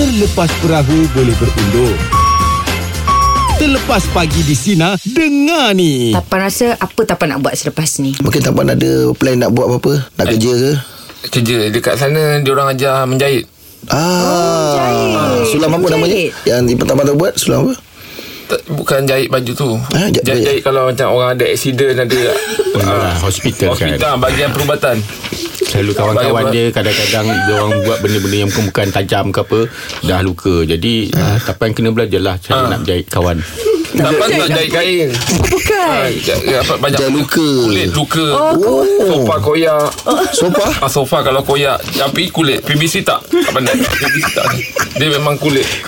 Terlepas perahu boleh berundur. Terlepas pagi di Sina, dengar ni. Tapan rasa apa Tapan nak buat selepas ni? Mungkin tak pernah ada plan nak buat apa-apa Nak kerja ke Kerja dekat sana diorang ajar menjahit. Ah, menjahit. Sulam apa namanya Menjahit. Yang di pertama tu buat Sulam apa Tak, bukan jahit baju tu. Ah, jahit- jahit, jahit, kalau macam orang ada aksiden ada ah, Yalah, hospital kan. Hospital bahagian perubatan. Selalu kawan-kawan Baik, dia Kadang-kadang Dia orang buat benda-benda Yang bukan tajam ke apa Dah luka Jadi uh, Tapan kena belajar lah Cara Ah. nak jahit kawan Dapat nak jahit kain. Bukan. Ah, ja- apa, banyak Jahit luka. Kulit luka. Oh Sofa koyak. Sofa Ah, sofa kalau koyak tapi kulit PVC tak. Tak pandai. PVC tak. Dia memang kulit.